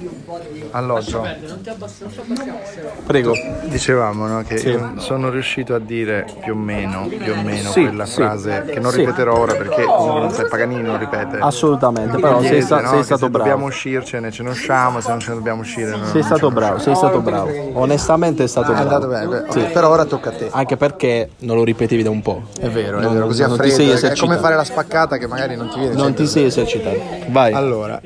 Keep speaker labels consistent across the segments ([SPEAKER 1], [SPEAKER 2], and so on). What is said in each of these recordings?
[SPEAKER 1] un po' di...
[SPEAKER 2] Alloggio.
[SPEAKER 1] Non ti abbassare, non ti abbassare.
[SPEAKER 3] Prego.
[SPEAKER 2] Dicevamo no, che
[SPEAKER 3] Sì.
[SPEAKER 2] io sono riuscito a dire più o meno, più o meno
[SPEAKER 3] Sì,
[SPEAKER 2] quella
[SPEAKER 3] sì.
[SPEAKER 2] frase che non
[SPEAKER 3] Sì.
[SPEAKER 2] ripeterò ora perché non sai, Paganini non ripete.
[SPEAKER 3] Assolutamente, però sei,
[SPEAKER 2] Niente,
[SPEAKER 3] sta-
[SPEAKER 2] no?
[SPEAKER 3] sei
[SPEAKER 2] Che
[SPEAKER 3] stato
[SPEAKER 2] se dobbiamo
[SPEAKER 3] bravo.
[SPEAKER 2] uscircene, ce ne usciamo, se non ce ne dobbiamo uscire. no,
[SPEAKER 3] Sei
[SPEAKER 2] non ce
[SPEAKER 3] stato
[SPEAKER 2] ne
[SPEAKER 3] bravo, sei stato bravo. Onestamente è stato
[SPEAKER 4] Ah, È andato
[SPEAKER 3] bravo.
[SPEAKER 4] bene, beh, ok, però ora tocca a te.
[SPEAKER 3] Anche perché non lo ripetevi da un po'.
[SPEAKER 4] È vero, è
[SPEAKER 3] Non-
[SPEAKER 4] vero, così a
[SPEAKER 3] non ti
[SPEAKER 4] freddo.
[SPEAKER 3] sei
[SPEAKER 4] È come
[SPEAKER 3] esercitato.
[SPEAKER 4] fare la spaccata che magari non ti viene.
[SPEAKER 3] Non
[SPEAKER 4] sempre.
[SPEAKER 3] ti sei esercitato. Vai.
[SPEAKER 4] Allora,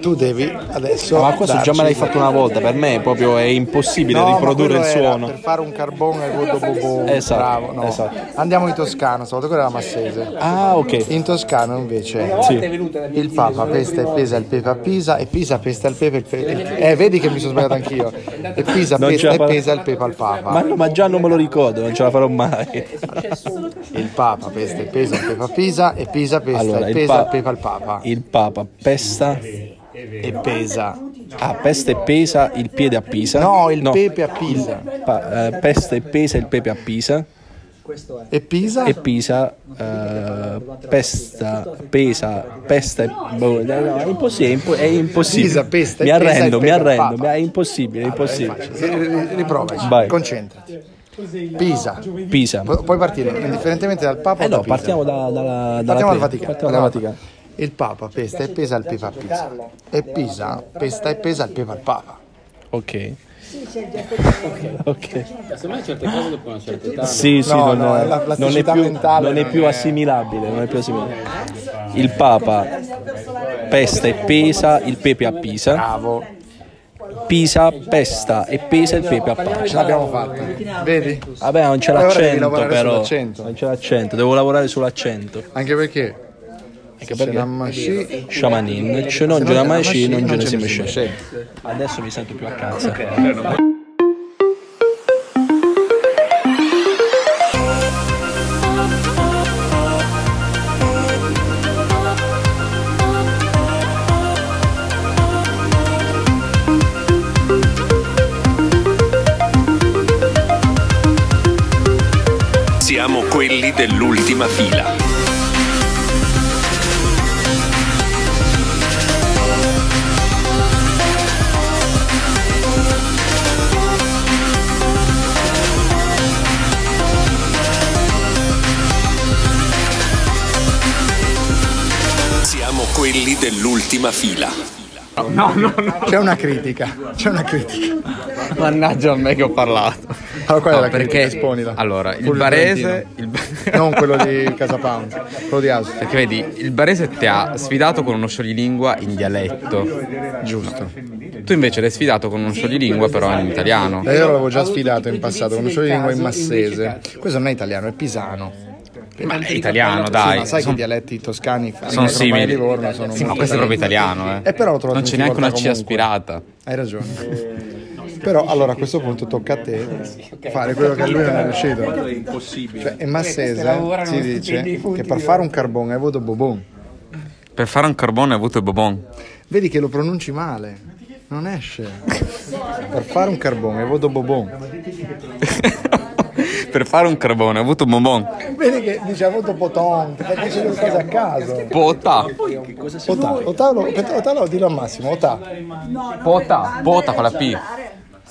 [SPEAKER 4] tu devi adesso.
[SPEAKER 3] Ma questo già me l'hai
[SPEAKER 4] darci-
[SPEAKER 3] fatto una volta, per me proprio è impossibile
[SPEAKER 4] No, ma
[SPEAKER 3] riprodurre il
[SPEAKER 4] quello era
[SPEAKER 3] suono.
[SPEAKER 4] Per fare un carbone col dopo
[SPEAKER 3] Esatto,
[SPEAKER 4] Bravo, no.
[SPEAKER 3] esatto.
[SPEAKER 4] Andiamo in Toscana, stavolta quella era Massese.
[SPEAKER 3] Ah, ok.
[SPEAKER 4] In Toscana invece il Papa pesta e pesa il pepe a Pisa e Pisa pesta il pepe. il pe- Eh, vedi che mi sono sbagliato anch'io. E Pisa
[SPEAKER 3] Non ce
[SPEAKER 4] pesta
[SPEAKER 3] la
[SPEAKER 4] e
[SPEAKER 3] fa-
[SPEAKER 4] pesa il pepe al Papa.
[SPEAKER 3] Ma, no, ma già non me lo ricordo, non ce la farò mai.
[SPEAKER 4] Il Papa pesta e pesa il pepe a Pisa e Pisa pesta
[SPEAKER 3] Allora,
[SPEAKER 4] e
[SPEAKER 3] il
[SPEAKER 4] pesa
[SPEAKER 3] Pa-
[SPEAKER 4] il pepe al Papa.
[SPEAKER 3] Il Papa pesta,
[SPEAKER 4] E pesa.
[SPEAKER 3] ah, pesta e pesa il piede a Pisa.
[SPEAKER 4] No, il pepe a Pisa.
[SPEAKER 3] Pa- eh, pesta e pesa il pepe a Pisa.
[SPEAKER 4] E Pisa?
[SPEAKER 3] E Pisa eh, pesta, pesa, pesta e... boh, no, no, è impossibile, è impo- è impossibile.
[SPEAKER 4] Pisa, pesta e
[SPEAKER 3] mi
[SPEAKER 4] pesa il
[SPEAKER 3] arrendo, mi
[SPEAKER 4] pepe al
[SPEAKER 3] arrendo,
[SPEAKER 4] Papa. Ah,
[SPEAKER 3] ma è impossibile, è impossibile.
[SPEAKER 4] Ri- Eh, Riprovaci,
[SPEAKER 3] Vai.
[SPEAKER 4] concentrati. Pisa.
[SPEAKER 3] Pisa.
[SPEAKER 4] Pu- Puoi partire, indifferentemente dal Papa
[SPEAKER 3] Eh
[SPEAKER 4] o da
[SPEAKER 3] no,
[SPEAKER 4] Pisa?
[SPEAKER 3] partiamo da- dalla, dalla
[SPEAKER 4] Partiamo dal
[SPEAKER 3] prima.
[SPEAKER 4] Vaticano.
[SPEAKER 3] Partiamo dal Vaticano.
[SPEAKER 4] Il Papa pesta e pesa il Papa a Pisa. E Pisa pesta e pesa il Papa al Papa.
[SPEAKER 3] Ok. Ok.
[SPEAKER 5] Secondo me certe cose dopo una certa età.
[SPEAKER 3] Sì, sì,
[SPEAKER 4] No,
[SPEAKER 3] non,
[SPEAKER 4] no,
[SPEAKER 3] è,
[SPEAKER 4] la
[SPEAKER 3] non è
[SPEAKER 4] plasticità
[SPEAKER 3] più,
[SPEAKER 4] mentale
[SPEAKER 3] non è
[SPEAKER 4] non
[SPEAKER 3] più
[SPEAKER 4] è-
[SPEAKER 3] assimilabile, non è più assimilabile. Il Papa pesta e pesa il pepe a Pisa.
[SPEAKER 4] Bravo,
[SPEAKER 3] Pisa pesta e pesa il pepe a Pisa.
[SPEAKER 4] ce l'abbiamo fatta. Vedi?
[SPEAKER 3] Vabbè, non c'è
[SPEAKER 4] Eh, ora devi
[SPEAKER 3] l'accento
[SPEAKER 4] lavorare
[SPEAKER 3] però.
[SPEAKER 4] sull'accento.
[SPEAKER 3] Non c'è l'accento, devo lavorare sull'accento.
[SPEAKER 4] Anche perché se
[SPEAKER 3] Anche perché
[SPEAKER 4] la masci-
[SPEAKER 3] Shamanin, cioè non
[SPEAKER 4] se
[SPEAKER 3] gira
[SPEAKER 4] non
[SPEAKER 3] mai
[SPEAKER 4] c'è
[SPEAKER 3] sci, non gira
[SPEAKER 4] c'è
[SPEAKER 3] si
[SPEAKER 4] nessuno,
[SPEAKER 3] mesce. Adesso mi sento più a casa.
[SPEAKER 6] Siamo quelli dell'ultima fila. Siamo quelli dell'ultima fila.
[SPEAKER 4] C'è una critica, c'è una critica.
[SPEAKER 7] Mannaggia a me che ho parlato.
[SPEAKER 4] Allora, qual è
[SPEAKER 7] No,
[SPEAKER 4] la
[SPEAKER 7] perché-
[SPEAKER 4] critica? Esponila.
[SPEAKER 7] Allora, il
[SPEAKER 4] Full
[SPEAKER 7] barese,
[SPEAKER 4] Valentino.
[SPEAKER 7] il,
[SPEAKER 4] Non quello di Casa Pound, quello di Asus.
[SPEAKER 7] Perché vedi, il barese ti ha sfidato con uno scioglilingua in dialetto.
[SPEAKER 4] Giusto.
[SPEAKER 7] Tu invece l'hai sfidato con uno scioglilingua però in italiano.
[SPEAKER 4] Eh, Io l'avevo già sfidato in passato con uno solo di lingua in massese. Questo non è italiano, è pisano.
[SPEAKER 7] Ma è Eh, italiano,
[SPEAKER 4] Sì,
[SPEAKER 7] dai.
[SPEAKER 4] ma sai che i
[SPEAKER 7] Sono,
[SPEAKER 4] dialetti toscani f-
[SPEAKER 7] sono
[SPEAKER 4] di Campania
[SPEAKER 7] simili.
[SPEAKER 4] e Livorno sono
[SPEAKER 7] Sì, ma
[SPEAKER 4] molto
[SPEAKER 7] questo è proprio
[SPEAKER 4] simili.
[SPEAKER 7] italiano, eh.
[SPEAKER 4] Eh, però l'ho trovato
[SPEAKER 7] Non c'è neanche una C
[SPEAKER 4] difficoltà
[SPEAKER 7] aspirata.
[SPEAKER 4] Hai ragione. Però allora a questo punto tocca a te fare quello che a lui non è riuscito. Cioè, in massese si dice che per fare un carbone hai avuto bobon.
[SPEAKER 7] Per fare un carbone hai avuto il bobon.
[SPEAKER 4] Vedi che lo pronunci male. Non esce. per fare un carbone hai avuto bobon.
[SPEAKER 7] per fare un carbone hai avuto un bobon.
[SPEAKER 4] Vedi che dice hai avuto boton, che fai delle cose a caso.
[SPEAKER 7] Pota.
[SPEAKER 4] Otà, Otà lo- per te Otà lo dillo a Massimo, Otà.
[SPEAKER 7] Pota. Pota con la P.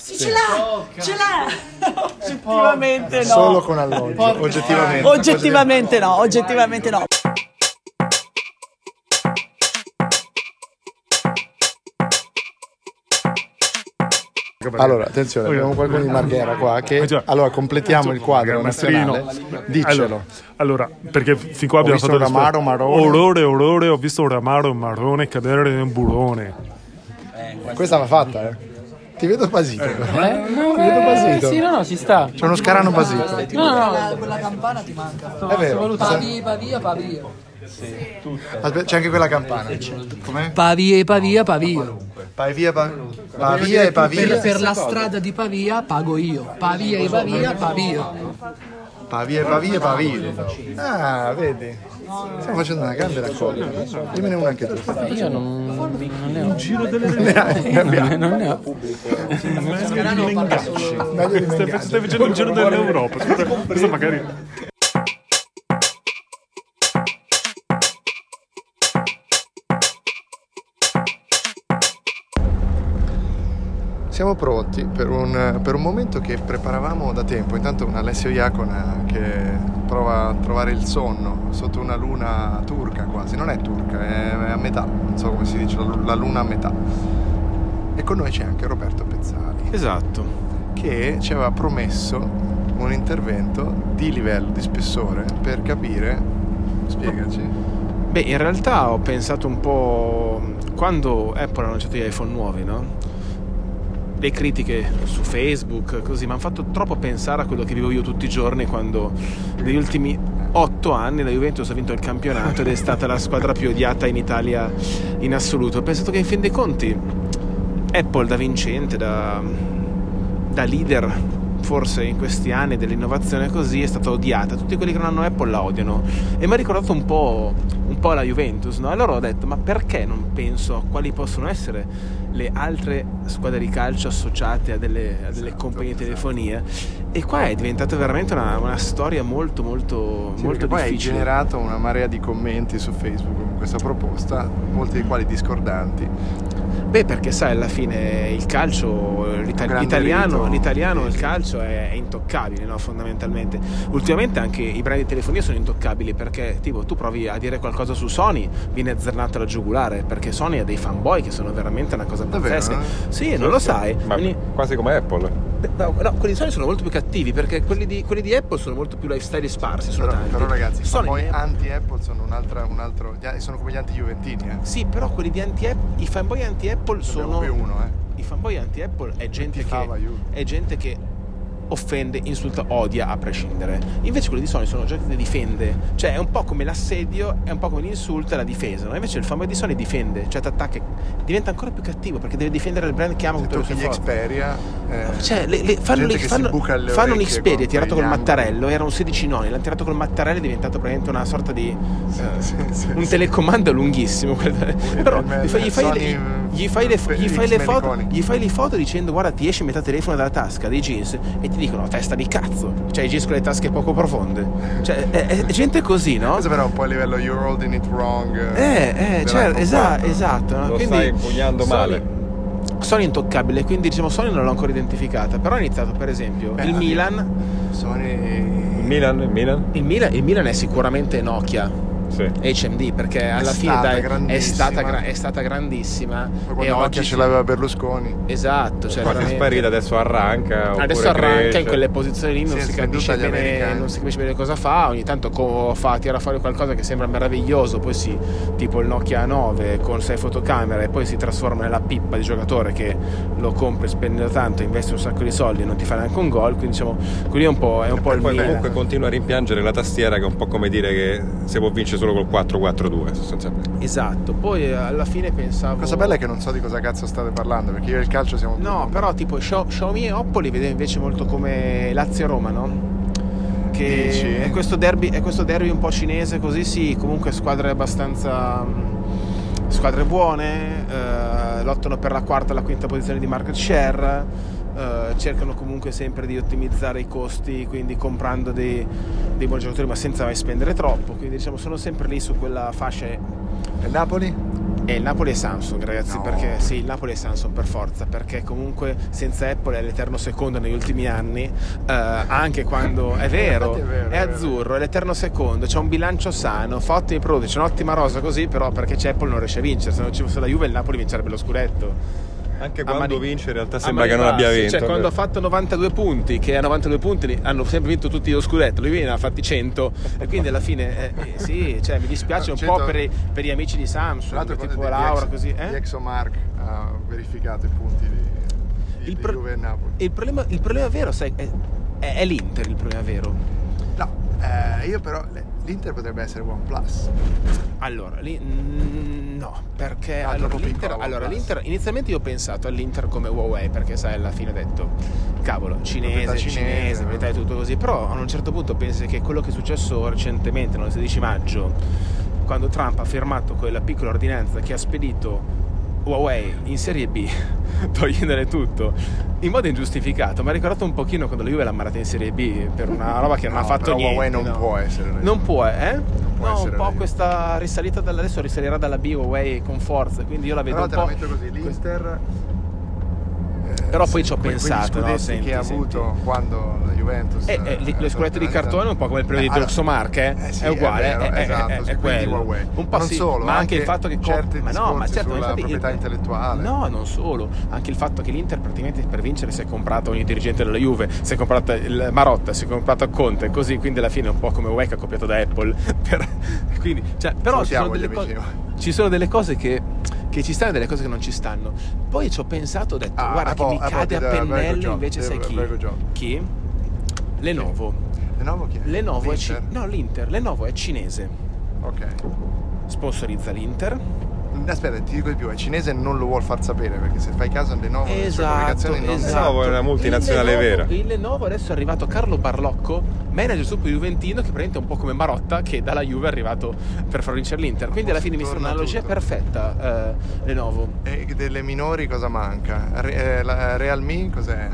[SPEAKER 8] Ce l'ha! Ce l'ha! Oggettivamente no.
[SPEAKER 4] Solo con alloggio, oggettivamente.
[SPEAKER 8] Oggettivamente no, oggettivamente no.
[SPEAKER 4] Allora, attenzione, abbiamo qualcuno di Marghera qua che...
[SPEAKER 9] già.
[SPEAKER 4] Allora, completiamo il quadro
[SPEAKER 9] Marghera,
[SPEAKER 4] nazionale. Dicelo.
[SPEAKER 9] Allora, perché fin qua abbiamo
[SPEAKER 4] visto
[SPEAKER 9] fatto
[SPEAKER 4] un amaro,
[SPEAKER 9] l'esperienza.
[SPEAKER 4] marrone.
[SPEAKER 9] Orrore, orrore, ho visto un amaro marrone cadere in un burone.
[SPEAKER 4] Questa va fatta, eh. Ti vedo basito. però. Ti vedo basito.
[SPEAKER 5] Sì, Eh, no, no, ci sta.
[SPEAKER 4] C'è uno scarano basito.
[SPEAKER 5] No, no,
[SPEAKER 8] Quella campana ti manca.
[SPEAKER 4] È vero.
[SPEAKER 5] Pavi,
[SPEAKER 8] Pavia, Pavia.
[SPEAKER 4] Aspetta, c'è anche quella campana. Com'è?
[SPEAKER 5] Pavia, Pavia, Pavia.
[SPEAKER 4] Pavia, pa- Pavia e Pavia.
[SPEAKER 5] Per la strada di Pavia pago io. Pavia e Pavia, Pavia.
[SPEAKER 4] Pavia e Pavia e Pavia. Ah, vedi. Stiamo facendo una grande raccolta. Dimmene una anche tu.
[SPEAKER 5] Io non, non ne ho.
[SPEAKER 4] Meglio
[SPEAKER 5] Non ne ho.
[SPEAKER 4] di me.
[SPEAKER 9] Stai, stai facendo il giro dell'Europa. Scusa, questo magari.
[SPEAKER 4] Siamo pronti per un, per un momento che preparavamo da tempo. Intanto un Alessio Iacona che prova a trovare il sonno sotto una luna turca quasi. Non è turca, è a metà, non so come si dice, la lu- la luna a metà. E con noi c'è anche Roberto Pezzali
[SPEAKER 10] Esatto.
[SPEAKER 4] che ci aveva promesso un intervento di livello, di spessore per capire, spiegaci,
[SPEAKER 10] Beh, in realtà ho pensato un po' quando Apple ha annunciato gli iPhone nuovi, no? Le critiche su Facebook, così, mi hanno fatto troppo pensare a quello che vivo io tutti i giorni quando negli ultimi otto anni la Juventus ha vinto il campionato ed è stata la squadra più odiata in Italia in assoluto. Ho pensato che in fin dei conti Apple da vincente, da, da leader forse in questi anni dell'innovazione così è stata odiata. Tutti quelli che non hanno Apple la odiano. E mi ha ricordato un po', un po' la Juventus, no? Allora ho detto, ma perché non penso a quali possono essere le altre squadre di calcio associate a delle, a
[SPEAKER 4] Esatto,
[SPEAKER 10] delle compagnie di telefonia? E qua è diventata veramente una, una storia molto, molto, molto
[SPEAKER 4] perché poi hai
[SPEAKER 10] difficile.
[SPEAKER 4] generato una marea di commenti su Facebook con questa proposta, molti dei quali discordanti.
[SPEAKER 10] Beh, perché sai, alla fine il calcio, l'ita-
[SPEAKER 4] Grande
[SPEAKER 10] l'italiano,
[SPEAKER 4] rito.
[SPEAKER 10] l'italiano, il calcio è, è intoccabile, no? fondamentalmente. Ultimamente anche i brand di telefonia sono intoccabili perché, tipo, tu provi a dire qualcosa su Sony, viene azzernata la giugulare, perché Sony ha dei fanboy che sono veramente una cosa
[SPEAKER 4] Davvero,
[SPEAKER 10] pazzesca.
[SPEAKER 4] eh?
[SPEAKER 10] Sì, non lo sai.
[SPEAKER 9] Ma
[SPEAKER 10] Quindi-
[SPEAKER 9] quasi come Apple.
[SPEAKER 10] no, no, quelli di Sony sono molto più cattivi perché quelli di, quelli di Apple sono molto più lifestyle sparsi. sono
[SPEAKER 4] Però,
[SPEAKER 10] tanti.
[SPEAKER 4] però ragazzi, ma
[SPEAKER 10] Sony
[SPEAKER 4] poi
[SPEAKER 10] ne-
[SPEAKER 4] anti-Apple sono un'altra, un altro, gli- sono come gli anti-Juventini, eh.
[SPEAKER 10] Sì, però quelli di anti-Apple, i fanboy anti-Apple sono...
[SPEAKER 4] Sono più uno, eh.
[SPEAKER 10] I fanboy anti-Apple è gente che
[SPEAKER 4] Tifava Juve.
[SPEAKER 10] è gente che offende, insulta, odia a prescindere. Invece quelli di Sony sono gente che difende, cioè è un po' come l'assedio, è un po' come l'insulto e la difesa, no? Invece il fanboy di Sony difende, cioè ti attacca, diventa ancora più cattivo perché deve difendere il brand che ama
[SPEAKER 4] Se
[SPEAKER 10] con tutte
[SPEAKER 4] tocchi
[SPEAKER 10] le sue
[SPEAKER 4] gli
[SPEAKER 10] forze.
[SPEAKER 4] Xperia, eh,
[SPEAKER 10] Cioè, le- le- fanno,
[SPEAKER 4] gente
[SPEAKER 10] le-
[SPEAKER 4] che si
[SPEAKER 10] fanno-
[SPEAKER 4] buca alle
[SPEAKER 10] fanno un
[SPEAKER 4] orecchie
[SPEAKER 10] Xperia
[SPEAKER 4] con
[SPEAKER 10] tirato col
[SPEAKER 4] quegli angoli.
[SPEAKER 10] mattarello, era un 16 noni, l'hanno tirato col mattarello è diventato praticamente una sorta di... eh,
[SPEAKER 4] sì, sì,
[SPEAKER 10] un
[SPEAKER 4] sì.
[SPEAKER 10] telecomando lunghissimo quello- però
[SPEAKER 4] me-
[SPEAKER 10] gli fai, gli fai
[SPEAKER 4] Sony,
[SPEAKER 10] le, gli fai le-
[SPEAKER 4] per-
[SPEAKER 10] gli fai le
[SPEAKER 4] X-Men
[SPEAKER 10] foto
[SPEAKER 4] iconici.
[SPEAKER 10] gli fai le foto dicendo guarda ti esce metà telefono dalla tasca dei jeans e ti dicono testa di cazzo cioè i jeans con le tasche poco profonde cioè è, è- è gente così no?
[SPEAKER 4] questo però è un po' a livello you're holding it wrong.
[SPEAKER 10] eh eh cioè,
[SPEAKER 4] dell'iPhone
[SPEAKER 10] esatto
[SPEAKER 4] 4.
[SPEAKER 10] esatto no?
[SPEAKER 9] Lo
[SPEAKER 10] Quindi
[SPEAKER 9] stai impugnando
[SPEAKER 10] Sony-
[SPEAKER 9] male.
[SPEAKER 10] Sony è intoccabile quindi diciamo Sony non l'ho ancora identificata però ha iniziato per esempio
[SPEAKER 4] Beh,
[SPEAKER 10] il
[SPEAKER 4] la-
[SPEAKER 10] Milan
[SPEAKER 4] Sony...
[SPEAKER 9] Milan, Milan?
[SPEAKER 10] il Milan il Milan è sicuramente Nokia
[SPEAKER 9] Sì.
[SPEAKER 10] HMD perché alla fine
[SPEAKER 4] stata
[SPEAKER 10] dai, è,
[SPEAKER 4] grandissima.
[SPEAKER 10] stata, gra- è stata grandissima
[SPEAKER 4] Poi
[SPEAKER 10] e
[SPEAKER 4] Quando
[SPEAKER 10] oggi
[SPEAKER 4] Nokia ce l'aveva Berlusconi.
[SPEAKER 10] Esatto, cioè
[SPEAKER 9] Quasi
[SPEAKER 10] veramente-
[SPEAKER 9] sparita, adesso arranca. oppure
[SPEAKER 10] Adesso arranca
[SPEAKER 9] cresce.
[SPEAKER 10] in quelle posizioni lì, non
[SPEAKER 4] Sì,
[SPEAKER 10] si,
[SPEAKER 4] è
[SPEAKER 10] capisce
[SPEAKER 4] svenduta agli
[SPEAKER 10] bene,
[SPEAKER 4] americani.
[SPEAKER 10] non si capisce bene cosa fa. Ogni tanto co- fa, tira fuori qualcosa che sembra meraviglioso, poi si tipo il Nokia 9 con 6 fotocamere e poi si trasforma nella pippa di giocatore che lo compra spendendo tanto, investe un sacco di soldi e non ti fa neanche un gol. Quindi diciamo, quelli è un po', è un po
[SPEAKER 9] Poi
[SPEAKER 10] il Milan.
[SPEAKER 9] comunque continua a rimpiangere la tastiera che è un po' come dire che si può vincere solo col 4-4-2 sostanzialmente.
[SPEAKER 10] Esatto, poi eh, alla fine pensavo...
[SPEAKER 4] La cosa bella è che non so di cosa cazzo state parlando, perché io e il calcio siamo...
[SPEAKER 10] No, però tipo Xiao- Xiaomi e Oppo li vedevo invece molto come Lazio-Roma, no? Che
[SPEAKER 4] Dici?
[SPEAKER 10] è questo, derby, è questo derby un po' cinese, così sì, comunque squadre abbastanza... mh, squadre buone, eh, lottano per la quarta e la quinta posizione di market share, eh, cercano comunque sempre di ottimizzare i costi, quindi comprando dei, dei buoni giocatori ma senza mai spendere troppo, quindi diciamo sono sempre lì su quella fascia
[SPEAKER 4] E Napoli?
[SPEAKER 10] e il Napoli e Samsung, ragazzi,
[SPEAKER 4] No.
[SPEAKER 10] perché sì, il Napoli e Samsung per forza, perché comunque senza Apple è l'eterno secondo negli ultimi anni, eh, anche quando è vero,
[SPEAKER 4] Eh, Infatti
[SPEAKER 10] è,
[SPEAKER 4] è vero, è vero.
[SPEAKER 10] azzurro, è l'eterno secondo, c'è un bilancio sano, fa ottimi prodotti, c'è un'ottima rosa così, però perché c'è Apple non riesce a vincere, se non ci fosse la Juve il Napoli vincerebbe lo scudetto.
[SPEAKER 9] Anche
[SPEAKER 10] A
[SPEAKER 9] quando
[SPEAKER 10] mani-
[SPEAKER 9] vince in
[SPEAKER 10] a
[SPEAKER 9] realtà sembra
[SPEAKER 10] mani
[SPEAKER 9] che non abbia
[SPEAKER 10] basse,
[SPEAKER 9] vinto.
[SPEAKER 10] Cioè, quando ha fatto 92 punti, che a 92 punti li- hanno sempre vinto tutti lo scudetto, lui viene ha fatti 100 e quindi alla fine, eh, eh, sì, cioè, mi dispiace un
[SPEAKER 4] 100.
[SPEAKER 10] po' per, i- per gli amici di
[SPEAKER 4] Tra l'altro
[SPEAKER 10] Samsung,
[SPEAKER 4] con
[SPEAKER 10] tipo
[SPEAKER 4] di- di
[SPEAKER 10] Laura,
[SPEAKER 4] Ex-
[SPEAKER 10] così. eh?
[SPEAKER 4] Di Exomark ha verificato i punti di, di, di
[SPEAKER 10] Il pro-
[SPEAKER 4] Juve e Napoli.
[SPEAKER 10] Il problema, il problema vero, sai, è, è- è l'Inter il problema vero.
[SPEAKER 4] No, eh, io però l'Inter potrebbe essere OnePlus.
[SPEAKER 10] Allora, lì, mm, no, perché
[SPEAKER 4] Ah,
[SPEAKER 10] allora,
[SPEAKER 4] troppo
[SPEAKER 10] l'Inter,
[SPEAKER 4] piccolo,
[SPEAKER 10] allora,
[SPEAKER 4] basta.
[SPEAKER 10] l'Inter- inizialmente io ho pensato all'Inter come Huawei, perché sai, alla fine ho detto, cavolo, cinese,
[SPEAKER 4] Proprietà
[SPEAKER 10] cinese,
[SPEAKER 4] cinese, eh. no?
[SPEAKER 10] proprietà e tutto così, però a un certo punto pensi che quello che è successo recentemente, no, il 16 maggio, quando Trump ha firmato quella piccola ordinanza che ha spedito Huawei in Serie B, togliendole tutto, in modo ingiustificato, mi ha ricordato un pochino quando la Juve l'ha ammalata in Serie B per una roba che non
[SPEAKER 4] No,
[SPEAKER 10] ha fatto
[SPEAKER 4] però
[SPEAKER 10] niente.
[SPEAKER 4] Huawei non
[SPEAKER 10] no.
[SPEAKER 4] può essere.
[SPEAKER 10] Non può, eh?
[SPEAKER 4] può
[SPEAKER 10] no, un
[SPEAKER 4] essere
[SPEAKER 10] po'
[SPEAKER 4] lì.
[SPEAKER 10] questa risalita dalla, adesso risalirà dalla B Huawei con forza, quindi io la
[SPEAKER 4] Però
[SPEAKER 10] vedo un
[SPEAKER 4] te
[SPEAKER 10] po'.
[SPEAKER 4] la metto così, l'Inter... eh,
[SPEAKER 10] Però poi ci ho pensato.
[SPEAKER 4] Quegli
[SPEAKER 10] no?
[SPEAKER 4] scudetti
[SPEAKER 10] Senti,
[SPEAKER 4] che ha
[SPEAKER 10] senti.
[SPEAKER 4] avuto quando la Juventus...
[SPEAKER 10] Eh, eh, li- le scolette di cartone è un po' come il periodo di Luxomark, eh?
[SPEAKER 4] Eh sì,
[SPEAKER 10] è uguale,
[SPEAKER 4] è vero,
[SPEAKER 10] eh, eh,
[SPEAKER 4] esatto,
[SPEAKER 10] eh, è,
[SPEAKER 4] sì, quindi
[SPEAKER 10] quello.
[SPEAKER 4] Huawei.
[SPEAKER 10] Un po'
[SPEAKER 4] Ma non
[SPEAKER 10] sì,
[SPEAKER 4] solo,
[SPEAKER 10] ma anche il
[SPEAKER 4] anche
[SPEAKER 10] fatto che
[SPEAKER 4] certi
[SPEAKER 10] ma no, ma
[SPEAKER 4] discorsi
[SPEAKER 10] certo,
[SPEAKER 4] sulla
[SPEAKER 10] infatti il-
[SPEAKER 4] proprietà intellettuale.
[SPEAKER 10] No, non solo, anche il fatto che l'Inter praticamente per vincere si è comprata ogni dirigente della Juve, si è comprata il Marotta, si è comprata Conte, così quindi alla fine è un po' come WEC copiato da Apple. Per- quindi, cioè, però ci sono,
[SPEAKER 4] Salutiamo
[SPEAKER 10] delle
[SPEAKER 4] gli
[SPEAKER 10] cose,
[SPEAKER 4] amici.
[SPEAKER 10] ci sono delle cose che, che ci stanno e delle cose che non ci stanno. Poi ci ho pensato, ho detto,
[SPEAKER 4] Ah,
[SPEAKER 10] guarda
[SPEAKER 4] ah,
[SPEAKER 10] che
[SPEAKER 4] boh,
[SPEAKER 10] mi
[SPEAKER 4] ah, boh,
[SPEAKER 10] cade a
[SPEAKER 4] did a very good
[SPEAKER 10] pennello
[SPEAKER 4] job,
[SPEAKER 10] invece
[SPEAKER 4] did a
[SPEAKER 10] sai chi?
[SPEAKER 4] very good job.
[SPEAKER 10] Chi? Lenovo.
[SPEAKER 4] Lenovo chi è?
[SPEAKER 10] Lenovo è ci-
[SPEAKER 4] L'Inter?
[SPEAKER 10] no, l'Inter. Lenovo è cinese.
[SPEAKER 4] Ok.
[SPEAKER 10] Sponsorizza l'Inter.
[SPEAKER 4] Oh, Aspetta, ti dico di più, è cinese e non lo vuol far sapere, perché se fai caso alle nuove
[SPEAKER 10] Esatto,
[SPEAKER 4] comunicazioni non
[SPEAKER 10] esatto.
[SPEAKER 9] Lenovo è una multinazionale
[SPEAKER 10] Il Lenovo-
[SPEAKER 9] vera.
[SPEAKER 10] Il Lenovo adesso è arrivato Carlo Barlocco, manager super juventino, che praticamente è un po' come Marotta, che dalla Juve è arrivato per far vincere l'Inter. Quindi alla fine mi sembra
[SPEAKER 4] Torna
[SPEAKER 10] un'analogia
[SPEAKER 4] tutto.
[SPEAKER 10] perfetta, eh, Lenovo.
[SPEAKER 4] E delle minori cosa manca? Re- eh, la- Realme cos'è?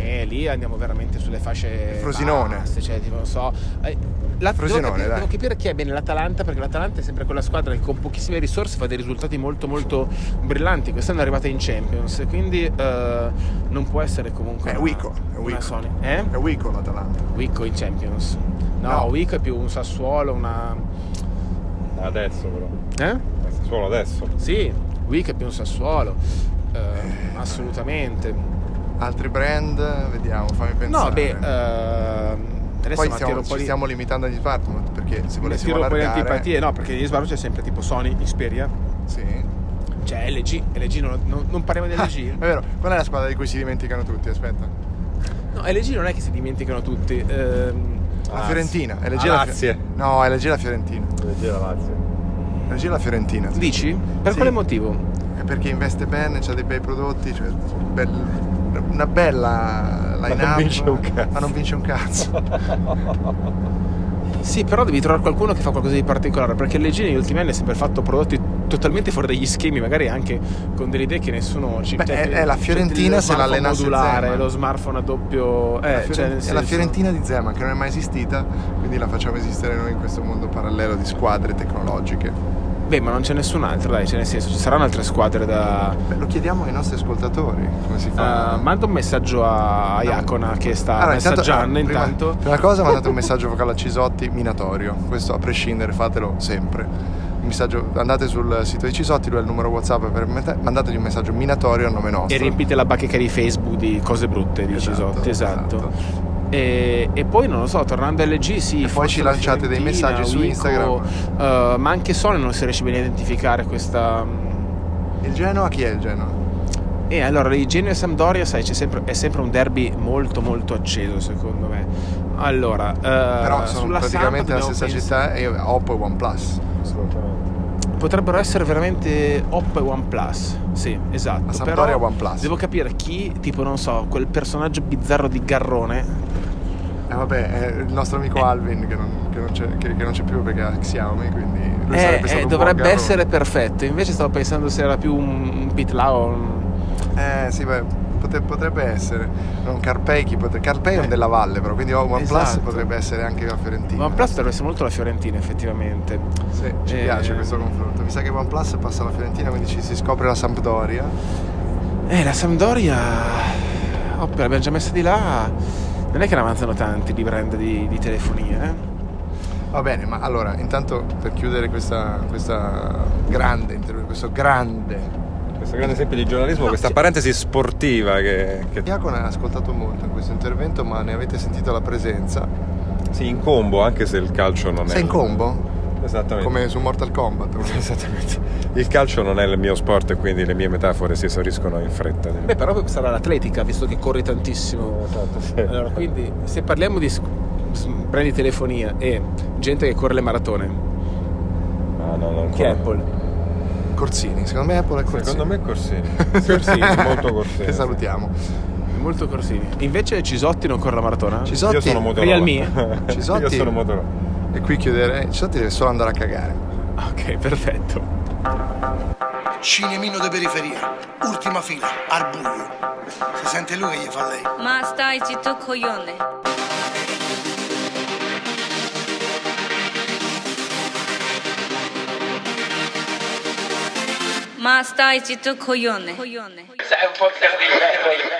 [SPEAKER 10] E lì andiamo veramente sulle fasce
[SPEAKER 4] Frosinone.
[SPEAKER 10] basse, cioè tipo non so. eh, La,
[SPEAKER 4] Frosinone,
[SPEAKER 10] devo, capire,
[SPEAKER 4] dai.
[SPEAKER 10] devo capire chi è bene l'Atalanta, perché l'Atalanta è sempre quella squadra che con pochissime risorse fa dei risultati molto molto brillanti. Quest'anno è arrivata in Champions, quindi eh, non può essere comunque.
[SPEAKER 4] È
[SPEAKER 10] una-
[SPEAKER 4] Wico, è
[SPEAKER 10] una
[SPEAKER 4] Wico.
[SPEAKER 10] Sony. Eh?
[SPEAKER 4] È Wico l'Atalanta.
[SPEAKER 10] Wico in Champions. No,
[SPEAKER 4] No.
[SPEAKER 10] Wico è più un Sassuolo, una.
[SPEAKER 9] Adesso però.
[SPEAKER 10] Eh?
[SPEAKER 9] Solo adesso.
[SPEAKER 10] Sì, Wico è più un Sassuolo. eh, assolutamente.
[SPEAKER 4] Altri brand? Vediamo, fammi eh, pensare.
[SPEAKER 10] No, beh, ehm, adesso
[SPEAKER 4] Poi
[SPEAKER 10] mi attiro
[SPEAKER 4] stiamo,
[SPEAKER 10] un po'
[SPEAKER 4] ci
[SPEAKER 10] di-
[SPEAKER 4] stiamo limitando agli Spartan, perché se
[SPEAKER 10] Mi
[SPEAKER 4] volessimo
[SPEAKER 10] tiro poi le
[SPEAKER 4] allargare...
[SPEAKER 10] antipatie, eh, no, perché gli sbarro c'è sempre tipo Sony, Xperia, Cioè,
[SPEAKER 4] Sì.
[SPEAKER 10] c'è LG, LG non, non, non parliamo di
[SPEAKER 4] Ah,
[SPEAKER 10] LG.
[SPEAKER 4] è vero, qual è la squadra di cui si dimenticano tutti? Aspetta.
[SPEAKER 10] No, LG non è che si dimenticano tutti. ehm,
[SPEAKER 4] La Fiorentina. LG
[SPEAKER 9] Ah,
[SPEAKER 4] la Fi-
[SPEAKER 9] Lazio.
[SPEAKER 4] No, è LG la Fiorentina.
[SPEAKER 9] Leggera Lazio.
[SPEAKER 4] LG la Fiorentina. sì.
[SPEAKER 10] dici? Per
[SPEAKER 4] Sì.
[SPEAKER 10] quale motivo?
[SPEAKER 4] È perché investe bene, ha dei bei prodotti, cioè, bel- una bella line-up.
[SPEAKER 9] non vince un cazzo.
[SPEAKER 4] Ma non vince un cazzo.
[SPEAKER 10] Sì, però devi trovare qualcuno che fa qualcosa di particolare, perché LG negli ultimi anni ha sempre fatto prodotti totalmente fuori dagli schemi, magari anche con delle idee che nessuno ci
[SPEAKER 4] Beh, è- è la
[SPEAKER 10] cioè,
[SPEAKER 4] Fiorentina
[SPEAKER 10] lo
[SPEAKER 4] se la
[SPEAKER 10] smartphone
[SPEAKER 4] allenasse
[SPEAKER 10] modulare,
[SPEAKER 4] Zeman.
[SPEAKER 10] lo smartphone a doppio eh,
[SPEAKER 4] La
[SPEAKER 10] cioè,
[SPEAKER 4] Fioren-
[SPEAKER 10] nel
[SPEAKER 4] è la
[SPEAKER 10] senso-
[SPEAKER 4] Fiorentina di Zeman, che non è mai esistita, quindi la facciamo esistere noi in questo mondo parallelo di squadre tecnologiche.
[SPEAKER 10] Beh, ma non c'è nessun altro, dai, cioè nel senso, ci saranno altre squadre da
[SPEAKER 4] Beh, lo chiediamo ai nostri ascoltatori, come si fa?
[SPEAKER 10] Uh, manda un messaggio a Iacona che sta messaggiando
[SPEAKER 4] eh, prima-
[SPEAKER 10] Ah, intanto.
[SPEAKER 4] Prima cosa mandate un messaggio vocale a Cisotti minatorio, questo a prescindere, fatelo sempre. Un messaggio- andate sul sito di Cisotti, lui ha il numero WhatsApp per me- mandategli un messaggio minatorio a nome nostro.
[SPEAKER 10] E riempite la bacheca di Facebook di cose brutte, di
[SPEAKER 4] Esatto,
[SPEAKER 10] Cisotti, esatto.
[SPEAKER 4] esatto.
[SPEAKER 10] E, e poi non lo so, tornando a LG, sì.
[SPEAKER 4] E poi
[SPEAKER 10] forse
[SPEAKER 4] ci lanciate dei
[SPEAKER 10] Fiorentina,
[SPEAKER 4] messaggi su
[SPEAKER 10] Wico,
[SPEAKER 4] Instagram.
[SPEAKER 10] eh, ma anche Sony non si riesce bene a identificare questa. mm.
[SPEAKER 4] Il Genoa chi è il Genoa?
[SPEAKER 10] E allora lì Genoa e Sampdoria, sai, c'è sempre, è sempre un derby molto molto acceso, secondo me. Allora, eh,
[SPEAKER 4] Però sono
[SPEAKER 10] sulla Samp
[SPEAKER 4] praticamente la
[SPEAKER 10] dobbiamo
[SPEAKER 4] stessa
[SPEAKER 10] pensare-
[SPEAKER 4] città e Oppo e OnePlus.
[SPEAKER 9] Assolutamente.
[SPEAKER 10] Potrebbero essere veramente Oppo e OnePlus. Sì, esatto.
[SPEAKER 4] La
[SPEAKER 10] Però
[SPEAKER 4] Sampdoria OnePlus.
[SPEAKER 10] Devo capire chi, tipo, non so, quel personaggio bizzarro di Garrone.
[SPEAKER 4] Eh, vabbè, è il nostro
[SPEAKER 10] Eh.
[SPEAKER 4] amico Alvin che non, che non c'è, che- che non c'è più perché ha Xiaomi, quindi lui
[SPEAKER 10] Eh,
[SPEAKER 4] sarebbe stato
[SPEAKER 10] eh,
[SPEAKER 4] un
[SPEAKER 10] dovrebbe
[SPEAKER 4] buon
[SPEAKER 10] essere perfetto. Invece stavo pensando se era più un, un Pitlà o un.
[SPEAKER 4] garrone. Eh sì, beh, pote- potrebbe essere. Non Carpei, chi potre- Carpei è un della Valle, però, quindi OnePlus
[SPEAKER 10] Esatto.
[SPEAKER 4] potrebbe essere anche la Fiorentina.
[SPEAKER 10] OnePlus dovrebbe essere molto la Fiorentina, effettivamente.
[SPEAKER 4] Sì, ci
[SPEAKER 10] Eh,
[SPEAKER 4] piace questo confronto. Mi sa che OnePlus passa la Fiorentina, quindi ci si scopre la Sampdoria.
[SPEAKER 10] Eh, la Sampdoria. Oppo, l'abbiamo già messa di là. Non è che ne avanzano tanti di brand di, di telefonia, eh.
[SPEAKER 4] Va bene, ma allora, intanto per chiudere questa, questa grande intervista, questo grande
[SPEAKER 9] Questo grande esempio di giornalismo, questa parentesi sportiva che, che
[SPEAKER 4] Diacon ha ascoltato molto in questo intervento, ma ne avete sentito la presenza.
[SPEAKER 9] Sì, in combo, anche se il calcio non è.
[SPEAKER 4] Sei in combo?
[SPEAKER 9] Esattamente.
[SPEAKER 4] Come su Mortal Kombat.
[SPEAKER 9] Esattamente. Il calcio non è il mio sport e quindi le mie metafore si esauriscono in fretta.
[SPEAKER 10] Beh, però sarà l'atletica, visto che corre tantissimo.
[SPEAKER 9] Esatto, sì.
[SPEAKER 10] Allora, quindi se parliamo di s- s- brand di telefonia e gente che corre le maratone,
[SPEAKER 9] No, no, no,
[SPEAKER 10] che è
[SPEAKER 9] ancora.
[SPEAKER 10] Apple,
[SPEAKER 4] Corsini, secondo me Apple è Corsini.
[SPEAKER 9] Secondo me Corsini. Corsini, molto Corsini.
[SPEAKER 4] Che salutiamo.
[SPEAKER 10] molto corsini. Invece Cisotti non corre la maratona?
[SPEAKER 4] Cisotti,
[SPEAKER 9] Io sono Motorola.
[SPEAKER 10] Realme.
[SPEAKER 4] Cisotti.
[SPEAKER 9] Io sono Motorola.
[SPEAKER 4] e qui eh, chiuderei. Cisotti deve solo andare a cagare.
[SPEAKER 10] ok, perfetto.
[SPEAKER 6] Cinemino di periferia, ultima fila, al buio. Si sente lui che gli fa lei.
[SPEAKER 11] Ma stai zitto coglione.
[SPEAKER 12] Ma stai zitto coglione.
[SPEAKER 13] Sei un po' terribile.